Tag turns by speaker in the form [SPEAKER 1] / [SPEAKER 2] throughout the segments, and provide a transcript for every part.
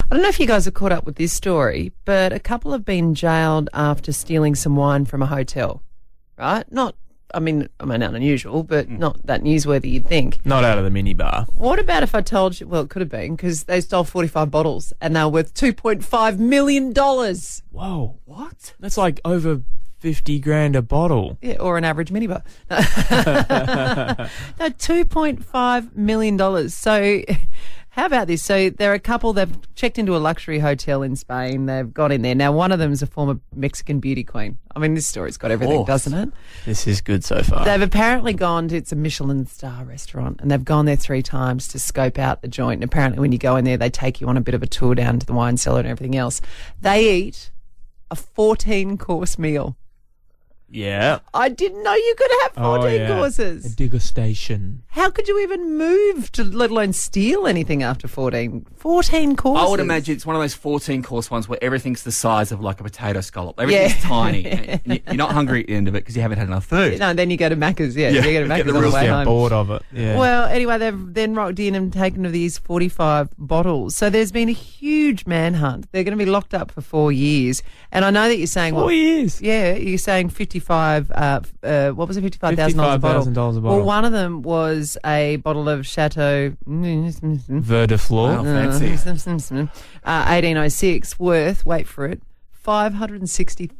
[SPEAKER 1] I don't know if you guys are caught up with this story, but a couple have been jailed after stealing some wine from a hotel, right? Not, I mean, I mean, not unusual, but not that newsworthy you'd think.
[SPEAKER 2] Not out of the minibar.
[SPEAKER 1] What about if I told you? Well, it could have been because they stole 45 bottles and they were worth $2.5 million.
[SPEAKER 2] Whoa.
[SPEAKER 1] What?
[SPEAKER 2] That's like over 50 grand a bottle.
[SPEAKER 1] Yeah, or an average minibar. No, no $2.5 million. So, how about this? So, they're a couple, they've checked into a luxury hotel in Spain. They've got in there. Now, one of them is a former Mexican beauty queen. I mean, this story's got everything,
[SPEAKER 2] course.
[SPEAKER 1] doesn't it?
[SPEAKER 2] This is good so far.
[SPEAKER 1] They've apparently gone to, it's a Michelin star restaurant, and they've gone there three times to scope out the joint. And apparently, when you go in there, they take you on a bit of a tour down to the wine cellar and everything else. They eat a 14 course meal.
[SPEAKER 2] yeah.
[SPEAKER 1] I didn't know you could have 14 courses.
[SPEAKER 2] digger station.
[SPEAKER 1] How could you even move to, let alone steal anything after 14? 14 courses.
[SPEAKER 3] I would imagine it's one of those 14 course ones where everything's the size of like a potato scallop. Everything's
[SPEAKER 1] Yeah.
[SPEAKER 3] tiny. and you- You're not hungry at the end of it because you haven't had enough food.
[SPEAKER 1] No, then you go to Macca's. Yeah, you go to
[SPEAKER 3] get
[SPEAKER 1] Macca's
[SPEAKER 3] the
[SPEAKER 1] on the
[SPEAKER 3] real
[SPEAKER 1] way
[SPEAKER 3] thing.
[SPEAKER 1] home.
[SPEAKER 2] Bored of it. Yeah.
[SPEAKER 1] Well, anyway, they've then rocked in and taken of these 45 bottles. So there's been a huge manhunt. They're going to be locked up for four years. And I know that you're saying,
[SPEAKER 2] Four
[SPEAKER 1] well,
[SPEAKER 2] years.
[SPEAKER 1] yeah, you're saying 55, uh, f- uh, what was it, $55,000 a bottle?
[SPEAKER 2] $55,000 a bottle.
[SPEAKER 1] Well, one of them was a bottle of Chateau.
[SPEAKER 2] Verdeflor.
[SPEAKER 3] Wow. Oh, Fancy.
[SPEAKER 1] Uh, 1806 worth, wait for it,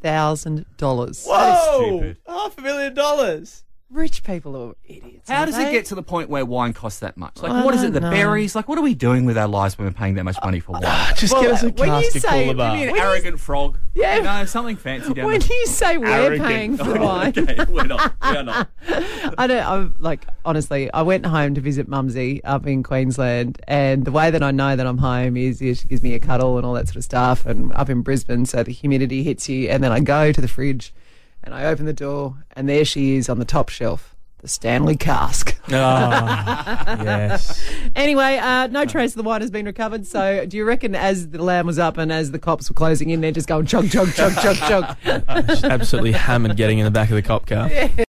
[SPEAKER 1] $560,000.
[SPEAKER 3] stupid.
[SPEAKER 2] Half a million dollars.
[SPEAKER 1] Rich people are idiots.
[SPEAKER 3] How does
[SPEAKER 1] aren't
[SPEAKER 3] it
[SPEAKER 1] they?
[SPEAKER 3] get to the point where wine costs that much? Like,
[SPEAKER 1] I
[SPEAKER 3] what is
[SPEAKER 1] don't
[SPEAKER 3] it? The
[SPEAKER 1] know. Uh,
[SPEAKER 3] berries? Like, what are we doing with our lives when we're paying that much money for wine?
[SPEAKER 2] Just
[SPEAKER 1] Well,
[SPEAKER 2] give us a
[SPEAKER 1] when you
[SPEAKER 2] cask of
[SPEAKER 1] say- you
[SPEAKER 2] Coolabah.
[SPEAKER 1] mean-
[SPEAKER 3] An
[SPEAKER 1] when you-
[SPEAKER 3] arrogant frog.
[SPEAKER 1] Yeah.
[SPEAKER 3] You know, something fancy down
[SPEAKER 1] When
[SPEAKER 3] the
[SPEAKER 1] you say we're
[SPEAKER 2] Arrogant.
[SPEAKER 1] paying for
[SPEAKER 3] Oh,
[SPEAKER 1] wine,
[SPEAKER 3] okay, we're not. We are not.
[SPEAKER 1] I don't. I'm like honestly, I went home to visit Mumsy up in Queensland, and the way that I know that I'm home is yeah, she gives me a cuddle and all that sort of stuff. And up in Brisbane, so the humidity hits you, and then I go to the fridge, and I open the door, and there she is on the top shelf, the Stanley cask.
[SPEAKER 2] Ah, yes.
[SPEAKER 1] anyway, uh, no trace of the wine has been recovered. So, do you reckon as the lamb was up and as the cops were closing in, they're just going chug chug chug chug chug?
[SPEAKER 2] Just absolutely hammered getting in the back of the cop car.